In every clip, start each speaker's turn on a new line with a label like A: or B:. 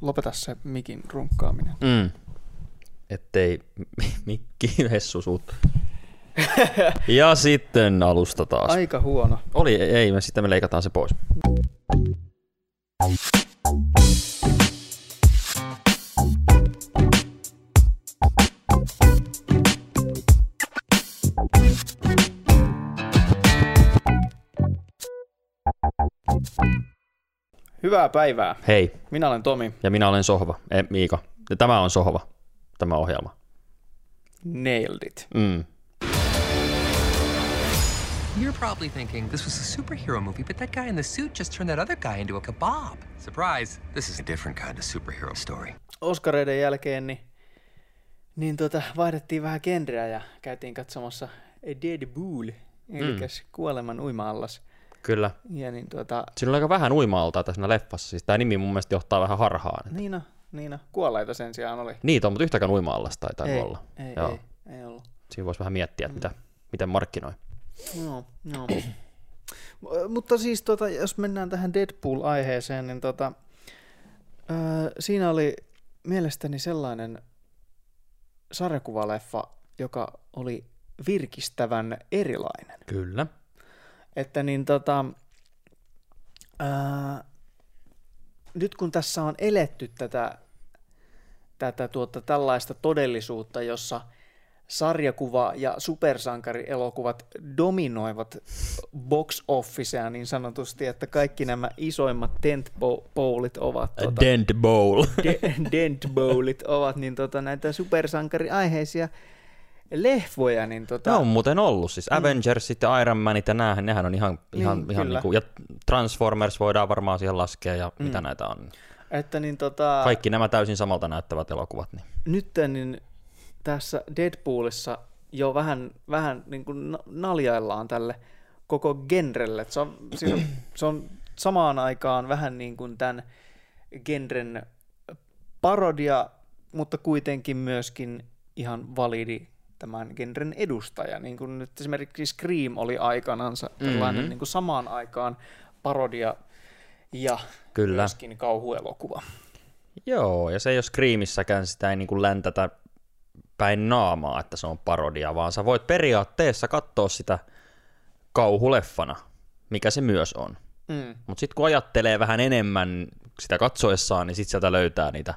A: lopeta se mikin runkkaaminen.
B: Mm. Ettei mi- mikki hessu suut. ja sitten alusta taas.
A: Aika huono.
B: Oli, ei, ei, me sitten me leikataan se pois.
A: Hyvää päivää.
B: Hei,
A: Minä olen Tomi.
B: ja minä olen Sohva, ei, Miika. Ja tämä on Sohva, tämä ohjelma.
A: Nailed it.
B: Mm.
C: You're probably thinking this was a superhero movie, but that guy in the suit just turned that other guy into a kebab. Surprise! This is a different kind of superhero story.
A: Oskareiden jälkeen niin, niin tuota, vaihdettiin vähän genreä ja käytiin katsomassa Deadpool, eli mm. kuoleman uima-allas.
B: Kyllä.
A: Ja niin tuota,
B: Siinä on aika vähän uima-altaa tässä leffassa. Siis tämä nimi mun mielestä johtaa vähän harhaan.
A: Niina, Niina, kuolleita sen sijaan oli.
B: Niitä on, mutta yhtäkään uima-allasta ei tainnut olla.
A: ei,
B: Joo.
A: ei, ei ollut.
B: Siinä voisi vähän miettiä, että mitä, miten markkinoi.
A: No, no. M- Mutta siis tota, jos mennään tähän Deadpool-aiheeseen, niin tota, öö, siinä oli mielestäni sellainen sarjakuvaleffa, joka oli virkistävän erilainen.
B: Kyllä.
A: Että niin tota, öö, nyt kun tässä on eletty tätä, tätä tuota, tällaista todellisuutta, jossa sarjakuva- ja supersankarielokuvat dominoivat box officea niin sanotusti, että kaikki nämä isoimmat tentpoulit ovat,
B: Tota.
A: tuota,
B: Dent bowl.
A: de- dentbowlit ovat niin tuota, näitä supersankariaiheisia lehvoja, niin tota,
B: Ne on muuten ollut, siis Avengersit ja Iron Manit ja näähän, nehän on ihan, ihan,
A: Mm. Niin,
B: ihan
A: kyllä. Mm.
B: niinku, ja Transformers voidaan varmaan siihen laskea ja mitä näitä on.
A: että niin tota,
B: Kaikki nämä täysin samalta näyttävät elokuvat. Niin.
A: nyt niin tässä Deadpoolissa jo vähän, vähän niin kuin na- naljaillaan tälle koko genrelle. Et Se on, siis on, se on samaan aikaan vähän niin kuin tämän genren parodia, mutta kuitenkin myöskin ihan validi tämän genren edustaja. Niin kuin nyt esimerkiksi Scream oli aikanansa tällainen mm-hmm. niin kuin samaan aikaan parodia ja
B: Kyllä.
A: myöskin kauhuelokuva.
B: Joo, ja se ei ole Screamissäkään, sitä ei niinku läntätä päin naamaa, että se on parodia, vaan sä voit periaatteessa katsoa sitä kauhuleffana, mikä se myös on.
A: Mm.
B: Mutta sitten kun ajattelee vähän enemmän sitä katsoessaan, niin sitten sieltä löytää niitä,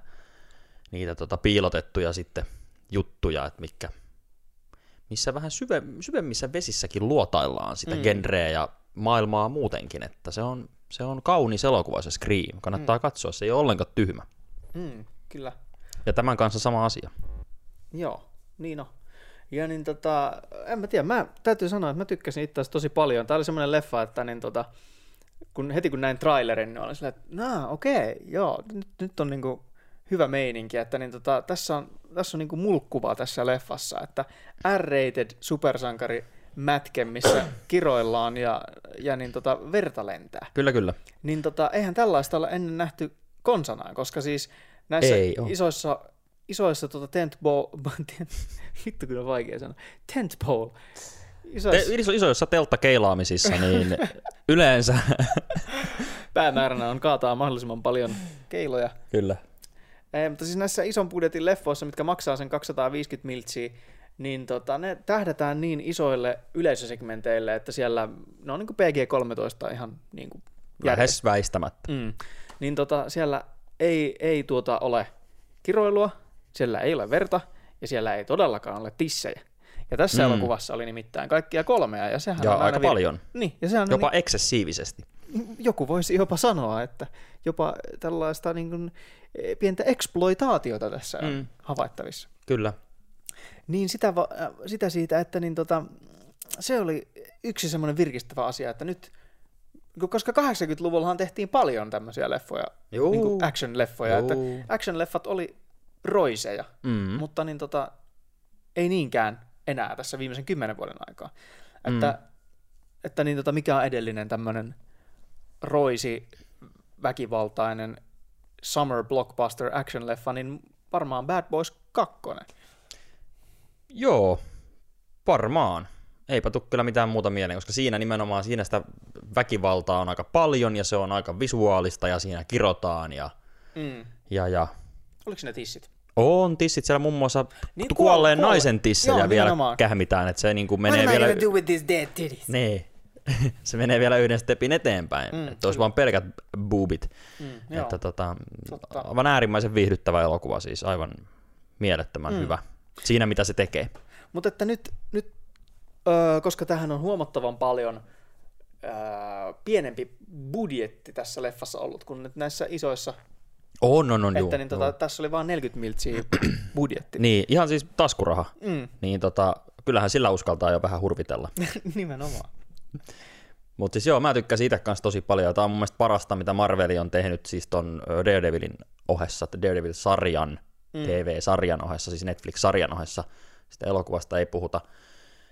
B: niitä tota piilotettuja sitten juttuja, että mitkä, missä vähän syve, syvemmissä vesissäkin luotaillaan sitä mm. genreä ja maailmaa muutenkin, että se on, se on kaunis elokuva se Scream, kannattaa mm. katsoa, se ei ole ollenkaan tyhmä.
A: Mm, kyllä.
B: Ja tämän kanssa sama asia.
A: Joo, niin on. Ja niin tota, en mä tiedä, mä täytyy sanoa, että mä tykkäsin itse asiassa tosi paljon. Tää oli semmoinen leffa, että niin tota, kun heti kun näin trailerin, niin olin silleen, että nah, okei, okay, joo, nyt, nyt on niinku hyvä meininki, että niin tota, tässä on, tässä on niinku mulkkuvaa tässä leffassa, että R-rated supersankari mätke, missä kiroillaan ja, ja niin tota, verta lentää.
B: Kyllä, kyllä.
A: Niin tota, eihän tällaista ole ennen nähty konsanaan, koska siis näissä
B: Ei oo.
A: isoissa, isoissa tota tentpole, vittu kyllä vaikea sanoa, tentpole,
B: Te,
A: isoissa
B: iso, isoissa telttakeilaamisissa, niin yleensä...
A: päämääränä on kaataa mahdollisimman paljon keiloja.
B: Kyllä.
A: Ei, mutta siis näissä ison budjetin leffoissa, mitkä maksaa sen 250 miltsiä, niin tota, ne tähdätään niin isoille yleisösegmenteille, että siellä ne on niin PG-13 ihan niin kuin
B: Lähes väistämättä.
A: Mm. Niin tota, siellä ei, ei tuota ole kiroilua, siellä ei ole verta ja siellä ei todellakaan ole tissejä. Ja tässä mm. elokuvassa oli nimittäin kaikkia kolmea. Ja, sehän
B: Ja
A: on
B: aika
A: aina vir-
B: paljon.
A: Niin, ja sehän
B: Jopa
A: on,
B: eksessiivisesti.
A: niin, joku voisi jopa sanoa, että jopa tällaista niin kuin, eh, pientä eksploitaatiota tässä on mm. havaittavissa.
B: Kyllä.
A: Niin sitä, va- äh, sitä siitä, että niin tota, se oli yksi semmoinen virkistävä asia, että nyt, koska 80-luvullahan tehtiin paljon tämmöisiä leffoja,
B: Juu.
A: niin kuin action-leffoja, että
B: Juu.
A: action-leffat oli roiseja,
B: Mm.
A: mutta niin tota, ei niinkään enää tässä viimeisen kymmenen vuoden aikaa. Että, mm. että niin tota, mikä on edellinen tämmöinen roisi, väkivaltainen summer blockbuster action-leffa, niin varmaan Bad Boys 2.
B: Joo, varmaan. Eipä tule kyllä mitään muuta mieleen, koska siinä nimenomaan siinä sitä väkivaltaa on aika paljon ja se on aika visuaalista ja siinä kirotaan ja
A: Mm.
B: ja, ja
A: Oliko ne tissit?
B: on tissit siellä muun muassa
A: Niin,
B: niin, kuolleen
A: kuolle-
B: naisen tissejä
A: Joo,
B: vielä
A: nimenomaan.
B: kähmitään, että se niin kuin menee vielä...
A: with these dead titties?
B: Niin. se menee vielä yhden stepin eteenpäin, mm, että olisi vaan pelkät boobit. Mm,
A: joo.
B: että tota,
A: Totta.
B: aivan äärimmäisen viihdyttävä elokuva siis, aivan mielettömän mm. hyvä siinä mitä se tekee.
A: Mutta että nyt, nyt öö, koska tähän on huomattavan paljon öö, pienempi budjetti tässä leffassa ollut kuin nyt näissä isoissa,
B: On, on, on, juu,
A: että niin, tota, tässä oli vain 40 miltsiä budjetti.
B: Niin, ihan siis taskuraha. Mm. Niin tota, kyllähän sillä uskaltaa jo vähän hurvitella.
A: Nimenomaan.
B: Mutta siis joo, mä tykkäsin itse kanssa tosi paljon. Tämä on mun mielestä parasta, mitä Marveli on tehnyt siis ton ö, Daredevilin ohessa, t- Daredevil-sarjan, mm. TV-sarjan ohessa, siis Netflix-sarjan ohessa. Sitä elokuvasta ei puhuta.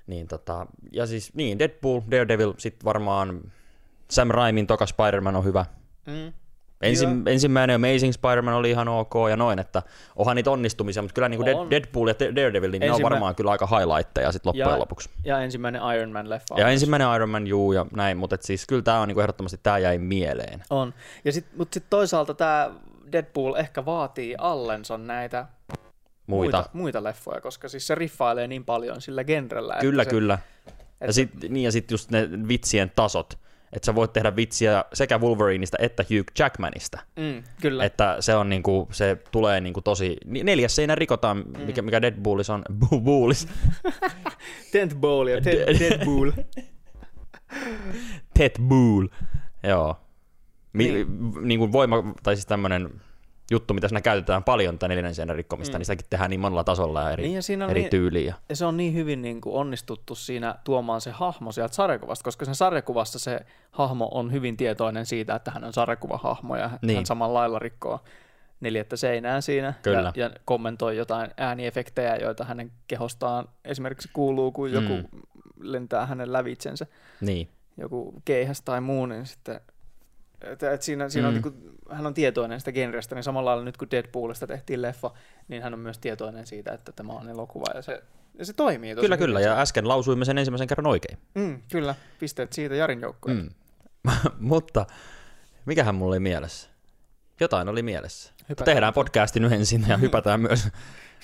B: Niin tota, ja siis niin, Deadpool, Daredevil, sitten varmaan Sam Raimin toka Spider-Man on hyvä.
A: Mm.
B: Ensin, ensimmäinen Amazing Spider-Man oli ihan ok ja noin, että onhan niitä onnistumisia, mutta kyllä niinku
A: On.
B: Dead, Deadpool ja Te- Daredevil, niin ne
A: Ensimmä-
B: on varmaan kyllä aika highlightteja sit loppujen
A: Ja,
B: lopuksi.
A: ja ensimmäinen Iron Man-leffa.
B: Ja ensimmäinen Iron Man, juu ja näin, mutta et siis kyllä tämä on niinku ehdottomasti, tämä jäi mieleen.
A: On. Ja sit, mutta sitten toisaalta tämä Deadpool ehkä vaatii allensa näitä
B: Muita.
A: muita, muita leffoja, koska siis se riffailee niin paljon sillä genrellä.
B: Kyllä,
A: että se,
B: kyllä. Ja sitten niin, ja sit just ne vitsien tasot, että sä voit tehdä vitsiä sekä Wolverineista että Hugh Jackmanista.
A: Mm, kyllä. Et,
B: Että se on niinku, se tulee niinku tosi, ni- neljäs seinä rikotaan,
A: Mm.
B: mikä, mikä Deadpoolis on, Bullis,
A: Tent Bowl ja Ted, Deadpool.
B: Deadpool. Joo. Mi- niin. niin kuin voima, tai siis tämmöinen juttu, mitä siinä käytetään paljon, tämä neljännen seinän rikkomista, mm. niin sitäkin tehdään niin monella tasolla ja eri,
A: Niin,
B: niin
A: ja siinä on
B: eri
A: niin-
B: niin... tyyliä.
A: ja se on niin hyvin niin kuin onnistuttu siinä tuomaan se hahmo sieltä sarjakuvasta, koska sen sarjakuvassa se hahmo on hyvin tietoinen siitä, että hän on sarjakuvahahmo ja niin. hän
B: Niin.
A: samalla lailla rikkoo neljättä seinään siinä
B: Kyllä.
A: Ja, ja kommentoi jotain ääniefektejä, joita hänen kehostaan esimerkiksi kuuluu, kun joku mm. lentää hänen lävitsensä,
B: Niin.
A: joku keihäs tai muu, niin sitten että, että siinä, siinä mm. on, niin kuin, hän on tietoinen sitä genrestä, niin samalla lailla nyt kun Deadpoolista tehtiin leffa, niin hän on myös tietoinen siitä, että tämä on elokuva ja se, ja se toimii tosi
B: Kyllä,
A: hyvin.
B: kyllä. Ja äsken lausuimme sen ensimmäisen kerran oikein.
A: Mm, kyllä, pisteet siitä Jarin joukkoon. Mm.
B: Mutta mikähän mulla oli mielessä? Jotain oli mielessä.
A: Hypätään.
B: Tehdään podcasti nyt ensin ja hypätään myös,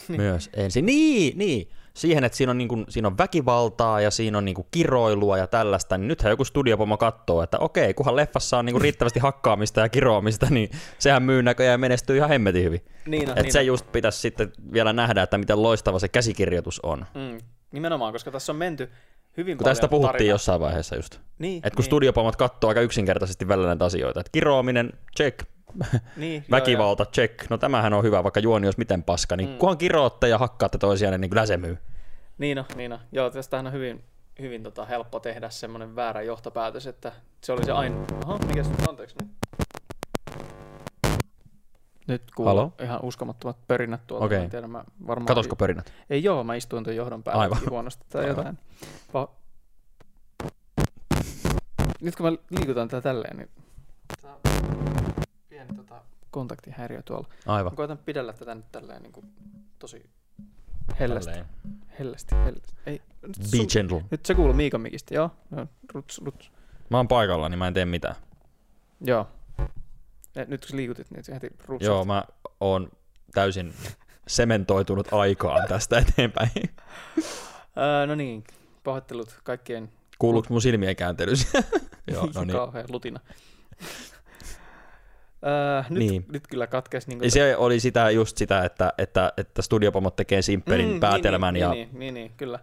B: myös ensin. Niin, niin. Siihen, että siinä on, niin kuin, siinä on väkivaltaa ja siinä on niin kuin kiroilua ja tällaista, niin nythän joku studiopomo katsoo, että okei, kunhan leffassa on niin kuin riittävästi hakkaamista ja kiroamista, niin sehän myy näköjään ja menestyy ihan hemmetin hyvin.
A: Niin on,
B: Et
A: niin
B: se
A: on.
B: just pitäisi sitten vielä nähdä, että miten loistava se käsikirjoitus on. Kun
A: Mm, nimenomaan, koska tässä on menty hyvin paljon
B: tästä puhuttiin
A: tarinaa.
B: jossain vaiheessa just.
A: Niin,
B: Et kun
A: niin,
B: studiopomat katsoo aika yksinkertaisesti välillä näitä asioita, että kiroaminen, check,
A: niin, joo,
B: väkivalta, check, no tämähän on hyvä, vaikka juoni olisi miten paska, niin mm. kunhan kirootte ja hakkaatte toisiaan, niin kyllä se myy.
A: joo. Niin on, niin on. Joo, tästähän on hyvin, hyvin tota, helppo tehdä semmoinen väärä johtopäätös, että se oli se aina... Aha, mikä se Anteeksi nyt. Nyt kuuluu
B: Halo?
A: ihan uskomattomat pörinät tuolta.
B: Okei.
A: Mä en tiedä, mä varmaan...
B: Katosko pörinät?
A: Ei joo, mä istuin tuon johdon päällä
B: Aivan.
A: Aivan. huonosti tai
B: Aivan.
A: jotain. Va- Nyt kun mä liikutan tätä tälleen, niin... Tää on pieni tota, kontaktihäiriö tuolla.
B: Aivan.
A: Mä koitan pidellä tätä nyt tälleen niin kuin, tosi hellästi.
B: Tälleen.
A: Hellästi, hellästi. Ei, nyt,
B: Be
A: sun-
B: gentle.
A: nyt se kuuluu Miikon mikistä, joo. No, Ruts, ruts.
B: Mä oon paikalla, niin mä en tee mitään.
A: Joo. Ja nyt kun sä liikutit, niin se heti rutsahti.
B: Joo, mä oon täysin sementoitunut aikaan tästä eteenpäin.
A: Öö, no niin, pahoittelut kaikkien
B: Kuuluuko mun silmien kääntely? Joo, no niin.
A: kauhean lutina. öö, nyt,
B: Niin.
A: nyt kyllä katkesi. Niin
B: Ja Se oli sitä, just sitä, että, että, että studiopomot tekee simppelin mm, päätelmän
A: niin,
B: ja
A: Niin, niin, niin, niin kyllä.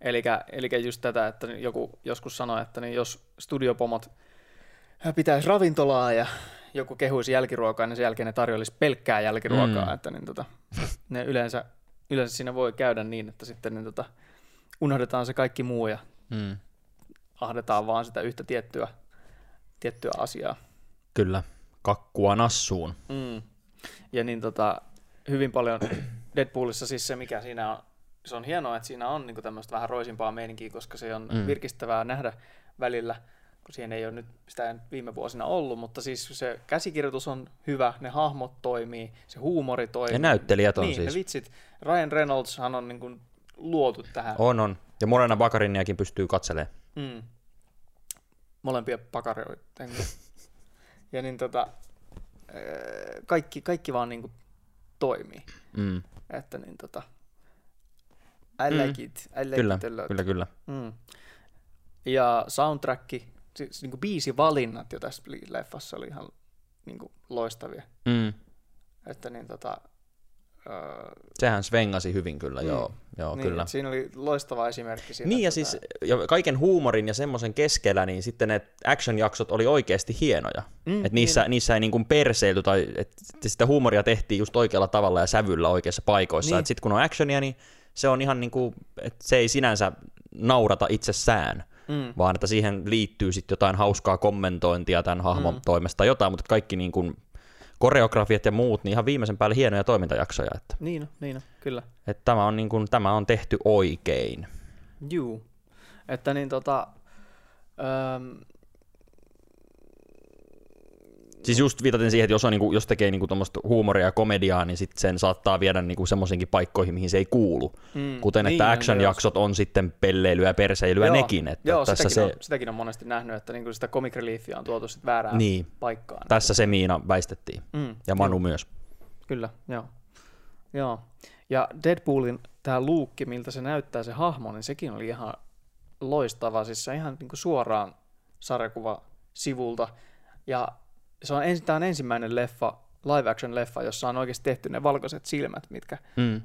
A: Elikkä, elikkä just tätä, että niin joku joskus sanoi, että niin jos studiopomot pitäisi ravintolaa ja joku kehuisi jälkiruokaa, niin sen jälkeen ne tarjoilisi pelkkää jälkiruokaa. Mm. Että niin tota, ne yleensä, yleensä siinä voi käydä niin, että sitten niin tota, unohdetaan se kaikki muu ja
B: mm.
A: ahdetaan vaan sitä yhtä tiettyä, tiettyä asiaa.
B: kyllä, kakkua nassuun.
A: Mm. Ja niin tota, hyvin paljon Deadpoolissa siis se, mikä siinä on, se on hienoa, että siinä on niin tämmöistä vähän roisimpaa meininkiä, koska se on mm. virkistävää nähdä välillä, kun siihen ei ole nyt, sitä ei nyt viime vuosina ollut, mutta siis se käsikirjoitus on hyvä, ne hahmot toimii, se huumori toimii.
B: Ja näyttelijät on
A: niin,
B: siis.
A: ne vitsit. Ryan Reynoldshan on niin kuin luotu tähän.
B: On, on. Ja Morena Bakariniakin pystyy katselemaan.
A: Mm. Molempia pakareita. Ja niin tota, öö, kaikki, kaikki vaan niinku toimii.
B: Mm.
A: Että niin tota, I like it, I like
B: Kyllä,
A: it a lot.
B: kyllä, kyllä.
A: Mm. Ja soundtrack, siis niinku biisivalinnat jo tässä li- leffassa oli ihan niinku loistavia.
B: Mm.
A: Että niin tota, öö,
B: Sehän svengasi hyvin kyllä, mm. joo, joo
A: niin,
B: niin, kyllä.
A: että siinä oli loistava esimerkki siitä.
B: Niin ja
A: että
B: siis
A: tää-
B: ja kaiken huumorin ja semmoisen keskellä, niin sitten ne action-jaksot oli oikeasti hienoja. Mm, et niissä, niissä ei niin kuin perseilty tai et sitä huumoria tehtiin just oikealla tavalla ja sävyllä oikeissa paikoissa.
A: Niin.
B: Niin. Sitten kun on actionia, niin se on ihan niin kuin, että se ei sinänsä naurata itsessään, mm. vaan että siihen liittyy sitten jotain hauskaa kommentointia tämän hahmon mm. toimesta tai jotain, mutta kaikki niin kuin koreografiat ja muut, niin ihan viimeisen päälle hienoja toimintajaksoja. Että,
A: Niin, on, niin, on, kyllä.
B: että tämä, on niin kuin, tämä on tehty oikein.
A: Juu. Että niin tota, öö,
B: Siis just viitaten siihen, että jos, on, niinku, jos tekee niinku tuommoista huumoria ja komediaa, niin sit sen saattaa viedä niinku semmoisenkin paikkoihin, mihin se ei kuulu. Mm, Kuten
A: niin
B: niin, että
A: on,
B: action-jaksot on sitten pelleilyä ja perseilyä joo, nekin. Että
A: joo,
B: tässä,
A: sitäkin,
B: se,
A: on, sitäkin on monesti nähnyt, että niinku sitä comic reliefiä on tuotu sit väärään
B: Niin.
A: paikkaan.
B: tässä se Miina väistettiin.
A: Mm,
B: Mm, ja Manu myös.
A: Kyllä, joo. joo. Ja Deadpoolin tämä luukki, miltä se näyttää se hahmo, niin sekin oli ihan loistava. Siis se ihan niinku suoraan sarjakuva sivulta. Ja se on, ensi, tää on ensimmäinen leffa, live action leffa, jossa on oikeasti tehty ne valkoiset silmät, mitkä
B: Mm.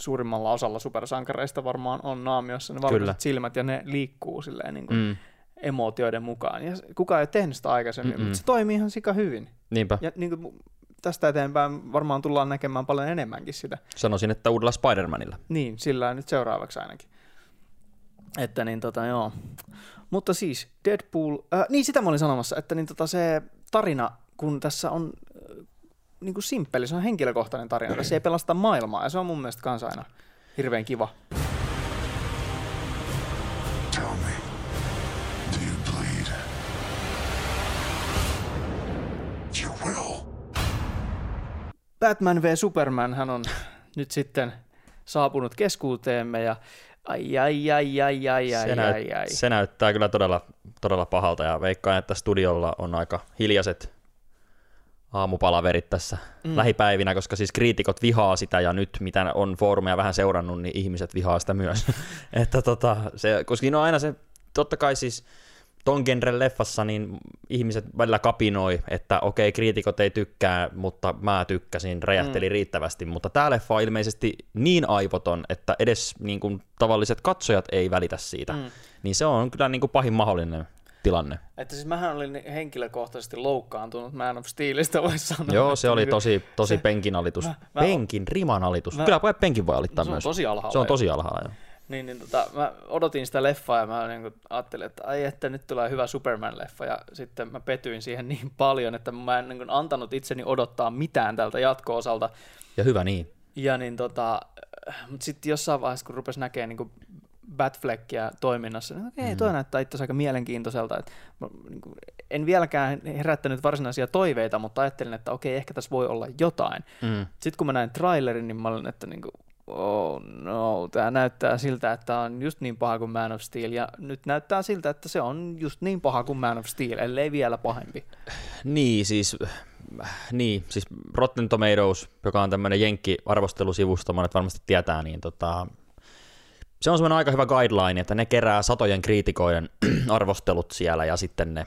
A: suurimmalla osalla supersankareista varmaan on naamiossa ne valkoiset
B: Kyllä.
A: silmät ja ne liikkuu silleen niin kuin mm.
B: Mm.
A: emootioiden mukaan. Ja se- kukaan ei ole tehnyt sitä aikaisemmin, Mm-mm. mutta se toimii ihan sika hyvin.
B: Niinpä. Ja.
A: Ja niin kuin tästä eteenpäin varmaan tullaan näkemään paljon enemmänkin sitä.
B: Sanoisin, että uudella Spider-Manilla.
A: Niin, sillä nyt seuraavaksi ainakin. Että niin tota joo. Mutta siis Deadpool, äh, niin sitä mä olin sanomassa, että niin tota se tarina, kun tässä on äh, niin kuin simppeli, se on henkilökohtainen tarina, tässä ei pelasta maailmaa ja se on mun mielestä kans aina hirveän kiva.
D: Tell me, do you bleed? You will.
A: Batman v Superman hän on nyt sitten saapunut keskuuteemme ja ai ai ai ai ai ai
B: se,
A: ai, ai, ai.
B: se näyttää kyllä todella, todella pahalta ja veikkaan, että studiolla on aika hiljaiset aamupalaverit tässä mm. lähipäivinä, koska siis kriitikot vihaa sitä ja nyt mitä on foorumeja vähän seurannut, niin ihmiset vihaa sitä myös. että tota, se, koska siinä on aina se, totta kai siis ton genren leffassa niin ihmiset välillä kapinoi, että okei, kriitikot ei tykkää, mutta mä tykkäsin, räjähteli mm. riittävästi, mutta tää leffa on ilmeisesti niin aivoton, että edes niin kuin, tavalliset katsojat ei välitä siitä. Mm. Niin se on kyllä niin kuin, pahin mahdollinen tilanne.
A: Että siis mähän olin henkilökohtaisesti loukkaantunut Man of Steelistä, voi sanoa.
B: Joo,
A: Että
B: se oli
A: niinku-
B: tosi, tosi penkinalitus. Mä,
A: mä-
B: mä, penkin rimanalitus. Mä, kyllä voi penkin voi alittaa
A: se on
B: myös.
A: tosi alhaalla
B: Se on
A: jo.
B: tosi alhaalla, joo.
A: Niin, niin tota, mä odotin sitä leffaa ja mä niin ajattelin, että ai että nyt tulee hyvä Superman-leffa ja sitten mä petyin siihen niin paljon, että mä en niin kuin, antanut itseni odottaa mitään tältä jatko-osalta.
B: Ja hyvä niin.
A: Ja niin tota, mutta sitten jossain vaiheessa, kun rupesi näkemään niin Batfleckia toiminnassa, niin okei, toi näyttää itse asiassa aika mielenkiintoiselta. Et, mä, niin kuin, en vieläkään herättänyt varsinaisia toiveita, mutta ajattelin, että okei, ehkä tässä voi olla jotain. Mm. Sitten kun mä näin trailerin, niin mä olin, että niin kuin, oh no, tämä näyttää siltä, että tää on just niin paha kuin Man of Steel, ja nyt näyttää siltä, että se on just niin paha kuin Man of Steel, ellei vielä pahempi.
B: Niin, siis, niin, siis Rotten Tomatoes, joka on tämmöinen jenkki-arvostelusivusto, monet varmasti tietää, niin tota, se on semmoinen aika hyvä guideline, että ne kerää satojen kriitikoiden arvostelut siellä ja sitten ne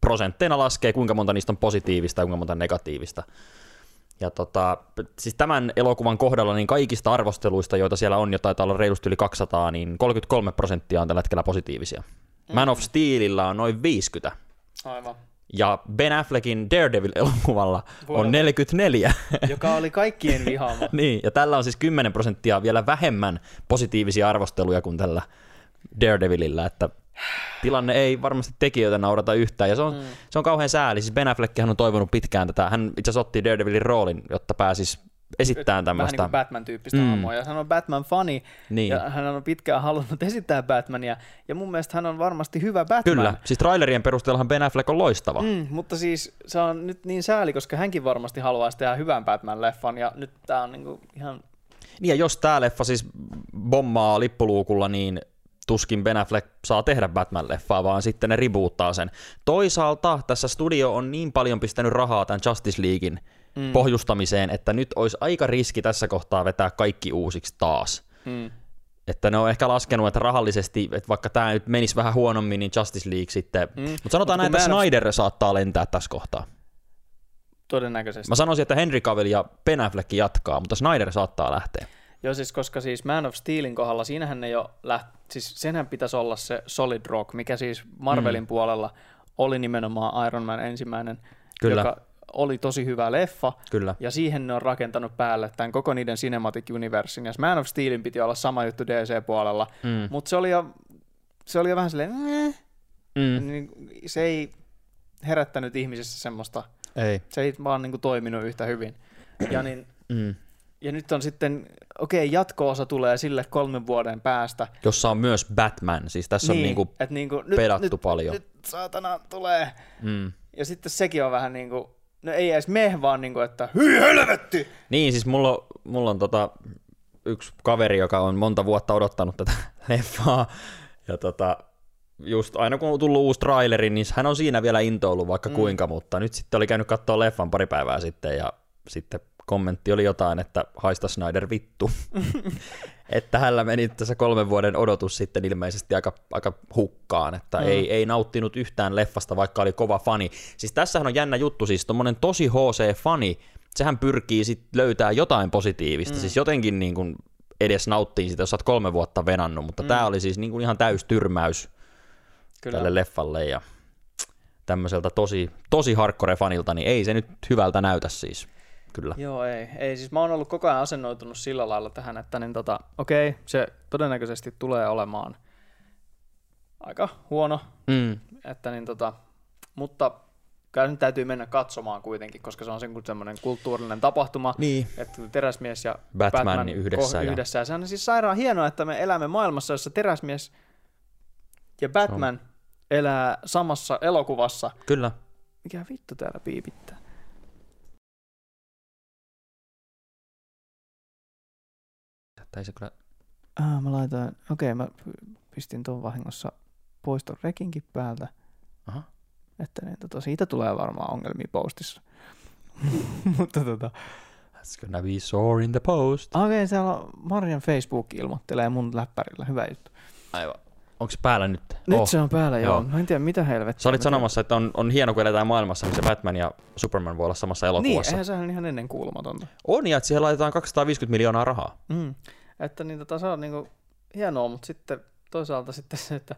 B: prosentteina laskee, kuinka monta niistä on positiivista ja kuinka monta negatiivista. Ja tota, siis tämän elokuvan kohdalla niin kaikista arvosteluista, joita siellä on, joita taitaa olla reilusti yli 200, niin 33 prosenttia on tällä hetkellä positiivisia. Man of Steelillä on noin 50,
A: Aivan.
B: ja Ben Affleckin Daredevil-elokuvalla on 44.
A: Joka oli kaikkien vihaama.
B: niin, ja tällä on siis 10 prosenttia vielä vähemmän positiivisia arvosteluja kuin tällä Daredevilillä, että tilanne ei varmasti tekijöitä naurata yhtään, ja se on, mm. se on kauhean sääli. Siis Ben Affleckkin on toivonut pitkään tätä. Hän itse asiassa otti Daredevilin roolin, jotta pääsisi esittämään
A: vähän niin
B: tämmöistä.
A: kuin Batman-tyyppistä mm. hahmoa. Ja hän on Batman-fani,
B: Niin.
A: ja hän on pitkään halunnut esittää Batmania. Ja mun mielestä hän on varmasti hyvä Batman.
B: Kyllä, siis trailerien perusteellahan Ben Affleck on loistava.
A: Mm, mutta siis se on nyt niin sääli, koska hänkin varmasti haluaisi tehdä hyvän Batman-leffan. Ja nyt tää on niinku ihan...
B: Niin ja jos tämä leffa siis bommaa lippuluukulla, niin tuskin Ben Affleck saa tehdä Batman-leffaa, vaan sitten ne ribuuttaa sen. Toisaalta tässä studio on niin paljon pistänyt rahaa tämän Justice Leaguein mm. pohjustamiseen, että nyt olisi aika riski tässä kohtaa vetää kaikki uusiksi taas. Mm. Että ne on ehkä laskenut, että rahallisesti, että vaikka tämä nyt menisi vähän huonommin, niin Justice League sitten. Mm. Mutta sanotaan
A: Mut
B: näin,
A: kun
B: että
A: Man of-
B: Snyder saattaa lentää tässä kohtaa.
A: Todennäköisesti.
B: Mä sanoisin, että Henry Cavill ja Ben Affleck jatkaa, mutta Snyder saattaa lähteä.
A: Joo siis, koska siis Man of Steelin kohdalla, siinähän ne jo läht... siis senhän pitäisi olla se Solid Rock, mikä siis Marvelin mm. puolella oli nimenomaan Iron Man ensimmäinen,
B: Kyllä.
A: joka oli tosi hyvä leffa,
B: Kyllä.
A: ja siihen ne on rakentanut päälle tämän koko niiden Cinematic Universin, ja Man of Steelin piti olla sama juttu DC-puolella, mm. mutta se oli jo se oli jo vähän silleen, "Eh",
B: Mm.
A: niin se ei herättänyt ihmisissä semmoista,
B: Ei.
A: se ei vaan niin kuin toiminut yhtä hyvin. Ja niin
B: Mm.
A: ja nyt on sitten, okei, jatko-osa tulee sille kolmen vuoden päästä.
B: Jossa on myös Batman, siis tässä niin. on niinku
A: et niinku,
B: pedattu paljon.
A: Nyt saatana tulee.
B: Mm.
A: Ja sitten sekin on vähän niin kuin, no ei edes meh, vaan niin kuin, että hyi helvetti!
B: Niin, siis mulla, on- mulla on tota, yksi kaveri, joka on monta vuotta odottanut tätä leffaa. Ja tota, just aina kun on tullut uusi traileri, niin hän on siinä vielä intoillut vaikka mm. kuinka, mutta nyt sitten oli käynyt katsoa leffan pari päivää sitten ja sitten kommentti oli jotain, että haista Snyder vittu. että hänellä meni tässä kolmen vuoden odotus sitten ilmeisesti aika, aika hukkaan, että mm. ei, ei nauttinut yhtään leffasta, vaikka oli kova fani. Siis tässähän on jännä juttu, siis tommonen tosi HC-fani, sehän pyrkii sit löytää jotain positiivista, mm. siis jotenkin niin kuin edes nauttii sitä, jos sä oot kolme vuotta venannut, mutta mm. tämä oli siis niin kuin ihan täys tyrmäys
A: Kyllä.
B: tälle leffalle ja tämmöiseltä tosi, tosi hardcore fanilta, niin ei se nyt hyvältä näytä siis. Kyllä.
A: Joo, ei. Ei, siis mä oon ollut koko ajan asennoitunut sillä lailla tähän, että niin tota, okei, se todennäköisesti tulee olemaan aika huono,
B: Mm.
A: että niin tota, mutta kyllä nyt täytyy mennä katsomaan kuitenkin, koska se on sen kuin semmoinen kulttuurinen tapahtuma.
B: Niin.
A: Että teräsmies ja
B: Batman
A: Batman,
B: yhdessä
A: ko-
B: ja-
A: yhdessä. Ja sehän on siis sairaan hienoa, että me elämme maailmassa, jossa teräsmies ja Batman elää samassa elokuvassa.
B: Kyllä.
A: Mikä vittu täällä piipittää?
B: Että ei se kyllä...
A: Ah, mä laitoin, okei, okay, mä p- pistin tuon vahingossa poiston rekinkin päältä.
B: Aha.
A: Että niin, tota, siitä tulee varmaan ongelmia postissa. Mutta tota,
B: That's gonna be sore in the post.
A: okei, okay, siellä on Marjan Facebook ilmoittelee mun läppärillä, hyvä juttu.
B: Aivan. Onko se päällä nyt?
A: Nyt oh. se on päällä, joo.
B: Oh. Joo.
A: joo. Mä en tiedä, mitä helvettiä.
B: Sä olit
A: Mä
B: sanomassa, että on, on hieno, kun eletään maailmassa, missä Batman ja Superman voi olla samassa
A: Niin,
B: elokuvassa.
A: eihän sehän on ihan ennenkuulumatonta.
B: On, ja että siihen laitetaan 250 miljoonaa rahaa.
A: Mm. Että niin, tota, se on niinku hienoa, mutta sitten toisaalta sitten se, että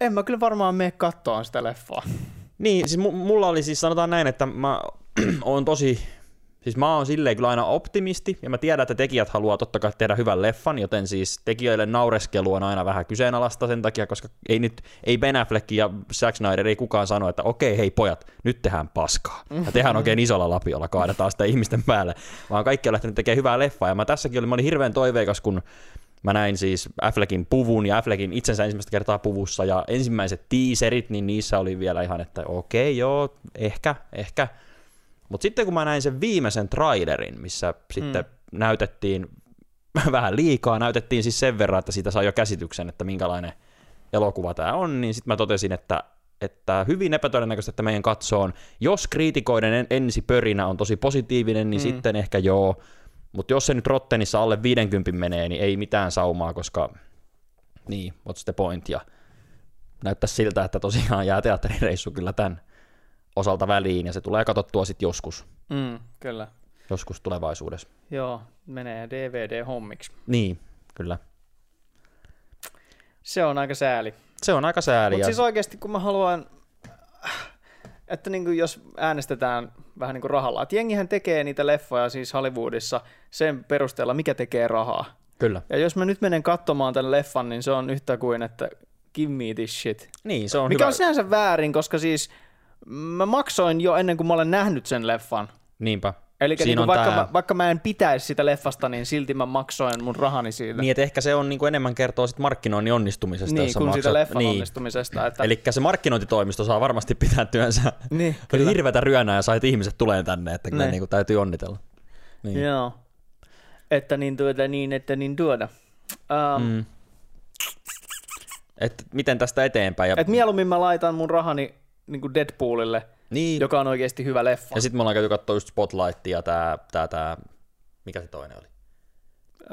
A: en mä kyllä varmaan mene kattoon sitä leffaa.
B: Niin, siis mu- mulla oli siis sanotaan näin, että mä oon tosi, siis mä oon silleen kyllä aina optimisti ja mä tiedän, että tekijät haluaa totta kai tehdä hyvän leffan, joten siis tekijöille naureskelu on aina vähän kyseenalaista sen takia, koska ei nyt, ei Ben Affleck ja Zack Snyder, ei kukaan sano, että okei hei pojat, nyt tehdään paskaa ja tehdään oikein isolla lapiolla, kaadetaan sitä ihmisten päälle, vaan kaikki on lähtenyt tekemään hyvää leffaa ja mä tässäkin olin, mä olin hirveän toiveikas, kun Mä näin siis Affleckin puvun ja Affleckin itsensä ensimmäistä kertaa puvussa ja ensimmäiset teaserit, niin niissä oli vielä ihan, että okei, joo, ehkä, ehkä. Mutta sitten kun mä näin sen viimeisen trailerin, missä sitten näytettiin vähän liikaa, näytettiin siis sen verran, että siitä sai jo käsityksen, että minkälainen elokuva tämä on, niin sitten mä totesin, että, että hyvin epätodennäköistä, että meidän katsoon, jos kriitikoiden en, ensipörinä on tosi positiivinen, niin mm. sitten ehkä joo, mutta jos se nyt Rottenissa alle 50 menee, niin ei mitään saumaa, koska niin, what's the point, ja näyttää siltä, että tosiaan jää teatterireissu kyllä tämän osalta väliin, ja se tulee katsottua sitten joskus,
A: Mm, kyllä.
B: joskus tulevaisuudessa.
A: Joo, menee DVD-hommiksi.
B: Niin, kyllä.
A: Se on aika sääli.
B: Se on aika sääli.
A: Mutta
B: ja-
A: siis oikeasti, kun mä haluan, että niin kuin jos äänestetään vähän niin kuin rahalla, että jengihän tekee niitä leffoja siis Hollywoodissa sen perusteella, mikä tekee rahaa.
B: Kyllä.
A: Ja jos mä nyt menen katsomaan tämän leffan, niin se on yhtä kuin, että give me this shit.
B: Niin, se on
A: Mikä
B: hyvä.
A: on sinänsä väärin, koska siis mä maksoin jo ennen kuin mä olen nähnyt sen leffan.
B: Niinpä.
A: Eli
B: Siinä
A: niin
B: on
A: vaikka,
B: tää.
A: mä, vaikka mä en pitäisi sitä leffasta, niin silti mä maksoin mun rahani siitä.
B: Niin, että ehkä se on niin kuin enemmän kertoo sit markkinoinnin onnistumisesta.
A: niin
B: jos sä
A: kuin siitä
B: maksat-
A: leffan
B: niin.
A: onnistumisesta. Että...
B: Eli se markkinointitoimisto saa varmasti pitää työnsä.
A: Niin,
B: Oli
A: kyllä.
B: hirveätä ryönää ja sait ihmiset tulee tänne, että kyllä
A: Niin.
B: niin kuin täytyy onnitella. Niin.
A: Joo. Ähm, Että niin tuota niin, että niin tuoda. Um, mm.
B: Että miten tästä eteenpäin. Ja,
A: Et mieluummin mä laitan mun rahani niin kuin Deadpoolille,
B: niin,
A: joka on oikeasti hyvä leffa.
B: ja sitten me ollaan käyty katsoa just Spotlightia ja tää, tää, tää, mikä se toinen oli?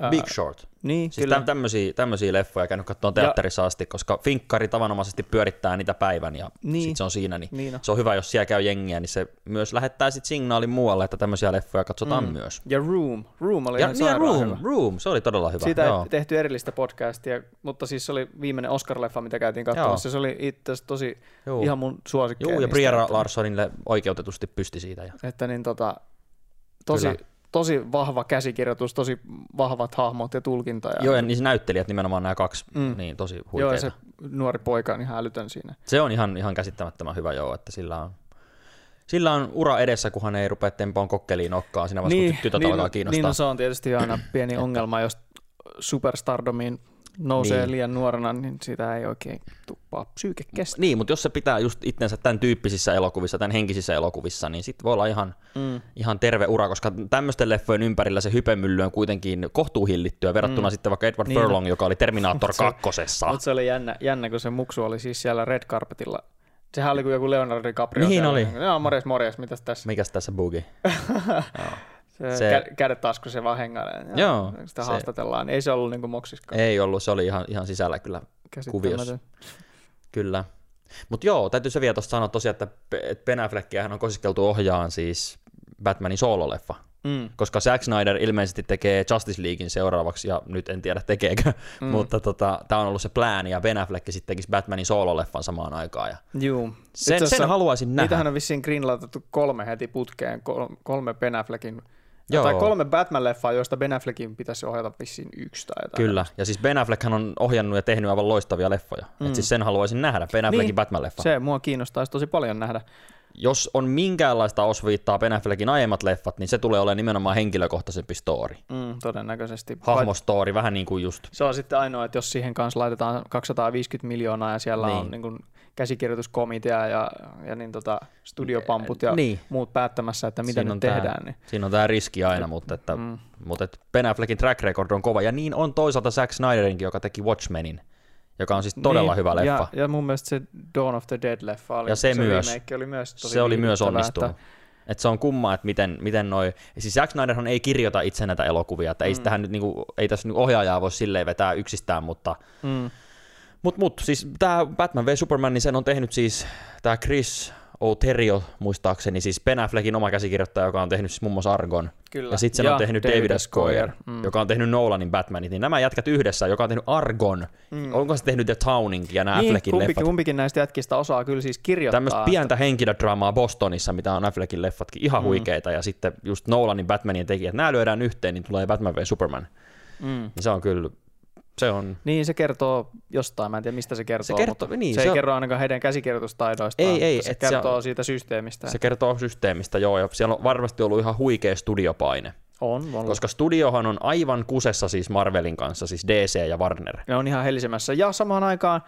A: Ää,
B: Big Short.
A: Niin,
B: Siis
A: kyllä.
B: tä- tämmösiä, tämmösiä leffoja käynyt katsomaan teatterissa asti, koska finkkari tavanomaisesti pyörittää niitä päivän ja niin.
A: Niin.
B: sit se on siinä. Niin
A: Niin on.
B: se on hyvä, jos siellä käy jengiä, niin se myös lähettää sit signaalin muualle, että tämmöisiä leffoja katsotaan mm. myös.
A: Ja Room. Room oli
B: Ja,
A: ihan
B: niin, ja
A: sairaan
B: Room,
A: hyvä.
B: Room, se oli todella hyvä.
A: Siitä
B: joo.
A: ei tehty erillistä podcastia, mutta siis se oli viimeinen Oscar-leffa, mitä käytiin katsomassa. Se oli itse asiassa tosi
B: Joo.
A: Joo. ihan mun suosikkeja.
B: Joo, ja
A: niistä,
B: Briera
A: että-
B: Larssonille oikeutetusti pysti siitä. Ja.
A: Että niin tota, tosi,
B: Kyllä.
A: tosi vahva käsikirjoitus, tosi vahvat hahmot ja tulkinta. Ja,
B: Joo, ja niissä näyttelijät nimenomaan nämä kaksi, mm. niin tosi
A: Joo, ja
B: huikeita.
A: se nuori poika on ihan älytön siinä.
B: Se on ihan, ihan käsittämättömän hyvä joo, että sillä on, sillä on ura edessä, kunhan ei rupea tempoon kokkeliin nokkaan siinä vaiheessa, kun tytöt
A: niin,
B: alkaa kiinnostaa.
A: Niin, no, se on tietysti aina pieni ongelma, jos superstardomiin nousee
B: Niin.
A: niin. liian nuorena, niin sitä ei oikein tuppaa psyyke kestä.
B: Niin, mutta jos se pitää just itsensä tämän tyyppisissä elokuvissa, tämän henkisissä elokuvissa, niin sitten voi olla ihan, mm. ihan terve ura, koska tämmöisten leffojen ympärillä se hypemylly on kuitenkin kohtuuhillittyä verrattuna mm. sitten vaikka Edward niin.
A: Niin.
B: Furlong, joka oli Terminator kakkosessa.
A: Mutta se oli jännä, jännä, kun se muksu oli siis siellä red carpetilla. Sehän oli kuin joku Leonardo DiCaprio.
B: Niin
A: siellä.
B: oli.
A: Joo, morjes, morjes, mitäs tässä?
B: Mikäs tässä bugi?
A: Se,
B: se-
A: se... Kädet taskussa se vaan hengailee.
B: Joo,
A: Sitä
B: se-
A: se... haastatellaan. Ei se ollut niinku moksiskaan.
B: Ei ollut, se oli ihan, ihan sisällä kyllä kuviossa.
A: Käsittämätön.
B: Kyllä. Mutta joo, täytyy se vielä tuosta sanoa tosiaan, että Pe- et Ben Affleckia hän on kosiskeltu ohjaan siis Batmanin soololeffa.
A: Mm.
B: Koska Zack Snyder ilmeisesti tekee Justice Leaguein seuraavaksi, ja nyt en tiedä tekeekö, mm. mutta tota, tämä on ollut se plääni, ja Ben Affleck sitten tekisi Batmanin soololeffan samaan aikaan. Ja
A: Juu.
B: sen,
A: Itse asiassa
B: sen haluaisin nähdä.
A: Niitähän on vissiin greenlightattu kolme heti putkeen, kol- kolme Ben Affleckin,
B: Joo.
A: Joo. tai kolme Batman-leffaa, joista Ben Affleckin pitäisi ohjata vissiin yksi tai jotain.
B: Kyllä, ja siis Ben Affleck hän on ohjannut ja tehnyt aivan loistavia leffoja. Mm. Et siis sen haluaisin nähdä, Ben Affleckin niin. Batman-leffa.
A: Se mua kiinnostaisi tosi paljon nähdä.
B: Jos on minkäänlaista osviittaa Ben Affleckin aiemmat leffat, niin se tulee olemaan nimenomaan henkilökohtaisempi story.
A: Mm, todennäköisesti.
B: Hahmostory, vähän niin kuin just
A: Se on sitten ainoa, että jos siihen kanssa laitetaan 250 miljoonaa ja siellä niin.
B: Niin.
A: on niin kuin käsikirjoituskomitea ja, ja niin tota studiopamput ja
B: Niin.
A: niin. muut päättämässä, että mitä
B: Siinä on
A: nyt
B: tää-
A: tehdään. Niin.
B: Siinä on tämä riski aina, mutta, että, mm. mutta et Ben Affleckin track record on kova. Ja niin on toisaalta Zack Snyderinkin, joka teki Watchmenin, joka on siis todella
A: niin,
B: hyvä leffa.
A: Ja, ja mun mielestä se Dawn of the Dead-leffa oli,
B: Ja se myös.
A: remake oli myös tosi
B: se oli myös
A: viihdyttävä,
B: onnistunut. Että... Et se on kummaa, että miten, miten noi... Siis Zack Snyderhan ei kirjoita itse näitä elokuvia, että mm. ei, sitähän nyt, niinku, ei tässä nyt ohjaajaa voi silleen vetää yksistään, mutta... Mm. Mut, mut, siis tämä Batman v Superman, niin sen on tehnyt siis tämä Chris O'Terrio, muistaakseni, siis Ben Affleckin oma käsikirjoittaja, joka on tehnyt siis muun muassa Argon.
A: Kyllä.
B: Ja sitten sen
A: Ja
B: on tehnyt David,
A: David
B: S. Goyer,
A: Goyer, mm.
B: joka on tehnyt Nolanin Batmanit, niin nämä jätkät yhdessä, joka on tehnyt Argon, mm. onko se tehnyt The Towning ja nämä
A: Niin,
B: Affleckin
A: kumpikin,
B: leffat.
A: kumpikin näistä jätkistä osaa kyllä siis kirjoittaa.
B: Tämmöistä pientä henkilödraamaa Bostonissa, mitä on Affleckin leffatkin, ihan mm. huikeita. Ja sitten just Nolanin Batmanin tekijät, nämä lyödään yhteen, niin tulee Batman v Superman. Mm. Se on kyllä, se on...
A: Niin, se kertoo jostain, mä en tiedä mistä se kertoo,
B: kertoo-
A: mutta
B: niin,
A: se,
B: se
A: ei
B: on-
A: kerro ainakaan heidän käsikirjoitustaidoistaan,
B: Ei, ei,
A: mutta se
B: et se on-
A: kertoo siitä systeemistä.
B: Se kertoo systeemistä, joo, ja siellä on varmasti ollut ihan huikea studiopaine.
A: on, on. Koska...
B: Koska studiohan on aivan kusessa siis Marvelin kanssa, siis DC ja Warner.
A: Ne on ihan helisemässä. Ja samaan aikaan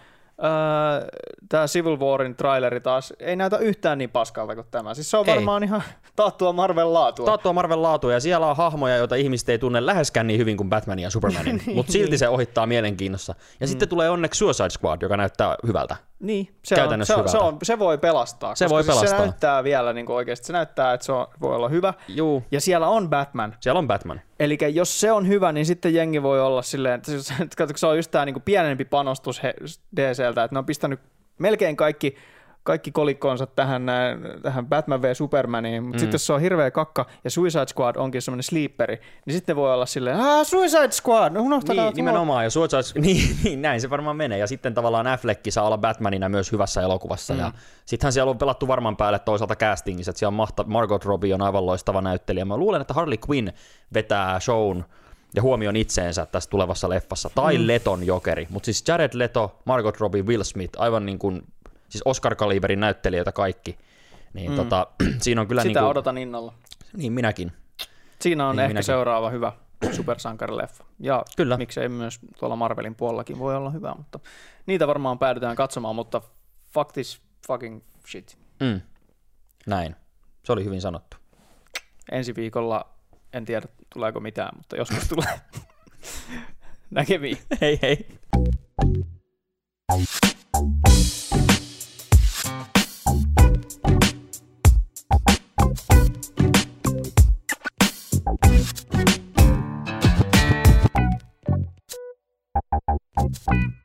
A: öö, tämä Civil Warin traileri taas ei näytä yhtään niin paskalta kuin tämä. Siis se on
B: Ei.
A: varmaan ihan taattua Marvel laatua.
B: Taattua Marvel laatua ja siellä on hahmoja, joita ihmiset ei tunne läheskään niin hyvin kuin Batmanin ja Supermanin, mutta silti se ohittaa mielenkiinnossa. Ja Niin. mm. sitten tulee onneksi Suicide Squad, joka näyttää hyvältä.
A: Niin, se, on,
B: Käytännössä
A: se, on, se,
B: hyvältä.
A: on, se voi pelastaa.
B: Se
A: koska
B: voi
A: Siis
B: pelastaa.
A: se näyttää vielä niin oikeasti, se näyttää, että se on, voi olla hyvä.
B: Juu.
A: Ja siellä on Batman.
B: Siellä on Batman.
A: Eli jos se on hyvä, niin sitten jengi voi olla silleen, että se- että katsokö, se on just tämä niinku pienempi panostus he- DCltä, että ne on pistänyt melkein kaikki, kaikki kolikkoonsa tähän, näin, tähän Batman v Supermaniin, mutta mm. sitten jos se on hirveä kakka ja Suicide Squad onkin semmoinen sleeperi, niin sitten ne voi olla silleen, aah Suicide Squad, no unohtakaa
B: Niin,
A: tuo."
B: nimenomaan. Ja Suicide, niin, niin, näin se varmaan menee. Ja sitten tavallaan Affleck saa olla Batmanina myös hyvässä elokuvassa. Mm. Ja sittenhän siellä on pelattu varman päälle toisaalta castingissa. Että siellä on mahta, Margot Robbie on aivan loistava näyttelijä. Mä luulen, että Harley Quinn vetää shown ja huomion itseensä tässä tulevassa leffassa. Tai mm. Leton jokeri. Mutta siis Jared Leto, Margot Robbie, Will Smith, aivan niin kuin, siis Oscar-kaliberin näyttelijöitä kaikki. Niin mm. tota, siinä on kyllä
A: Sitä
B: niin kuin,
A: odotan innolla.
B: Niin minäkin.
A: Siinä on
B: Niin
A: ehkä
B: minäkin.
A: seuraava hyvä supersankarileffa. Ja
B: Kyllä.
A: Kyllä. miksei myös tuolla Marvelin puolellakin voi olla hyvä, mutta niitä varmaan päädytään katsomaan, mutta fuck this fucking shit.
B: Mm. Näin. Se oli hyvin sanottu.
A: Ensi viikolla en tiedä tuleeko mitään, mutta joskus tulee. Näkemiin.
B: Hei hei.
E: Thank you